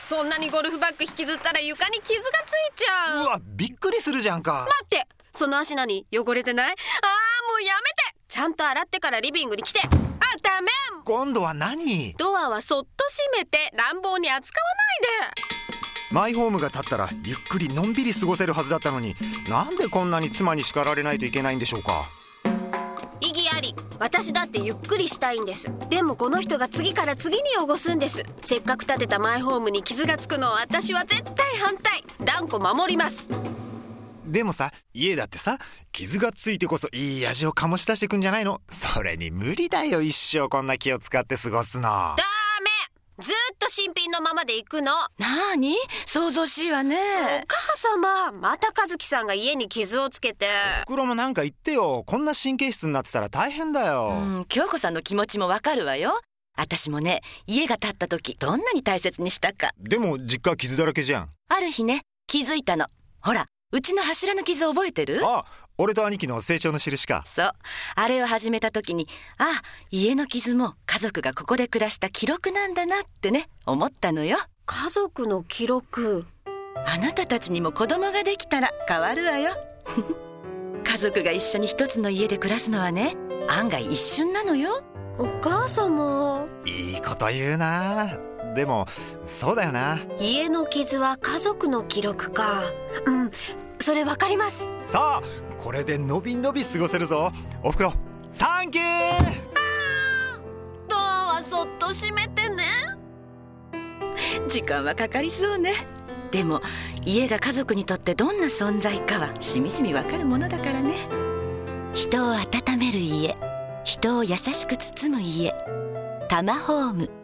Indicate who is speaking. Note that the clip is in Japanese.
Speaker 1: そんなにゴルフバッグ引きずったら床に傷がついちゃう
Speaker 2: うわびっくりするじゃんか
Speaker 1: 待ってその足何汚れてないあーもうやめてちゃんと洗ってからリビングに来てあダメ
Speaker 2: 今度は何
Speaker 1: ドアはそっと閉めて乱暴に扱わないで
Speaker 2: マイホームが建ったらゆっくりのんびり過ごせるはずだったのになんでこんなに妻に叱られないといけないんでしょうか
Speaker 1: 意義あり私だってゆっくりしたいんですでもこの人が次から次に汚すんですせっかく建てたマイホームに傷がつくのは私は絶対反対断固守ります
Speaker 2: でもさ家だってさ傷がついてこそいい味を醸し出してくんじゃないのそれに無理だよ一生こんな気を使って過ごすの
Speaker 1: ダメずっと新品のままで行くの
Speaker 3: なあに想像しいわね
Speaker 1: お母様また和樹さんが家に傷をつけて
Speaker 2: 袋もなんか言ってよこんな神経質になってたら大変だよ、
Speaker 3: うん京子さんの気持ちもわかるわよ私もね家が建った時どんなに大切にしたか
Speaker 2: でも実家傷だらけじゃん
Speaker 3: ある日ね気づいたのほらうちの柱の傷覚えてる
Speaker 2: あ俺と兄貴の成長の印か
Speaker 3: そうあれを始めた時にあ家の傷も家族がここで暮らした記録なんだなってね思ったのよ
Speaker 1: 家族の記録
Speaker 3: あなたたちにも子供ができたら変わるわよ 家族が一緒に一つの家で暮らすのはね案外一瞬なのよ
Speaker 1: お母様
Speaker 2: いいこと言うなでもそうだよな
Speaker 1: 家の傷は家族の記録かうんそれわかります
Speaker 2: さあこれでのびのび過ごせるぞおふくろサンキュー
Speaker 1: ドアはそっと閉めてね
Speaker 3: 時間はかかりそうねでも家が家族にとってどんな存在かはしみじみわかるものだからね人を温める家人を優しく包む家タマホーム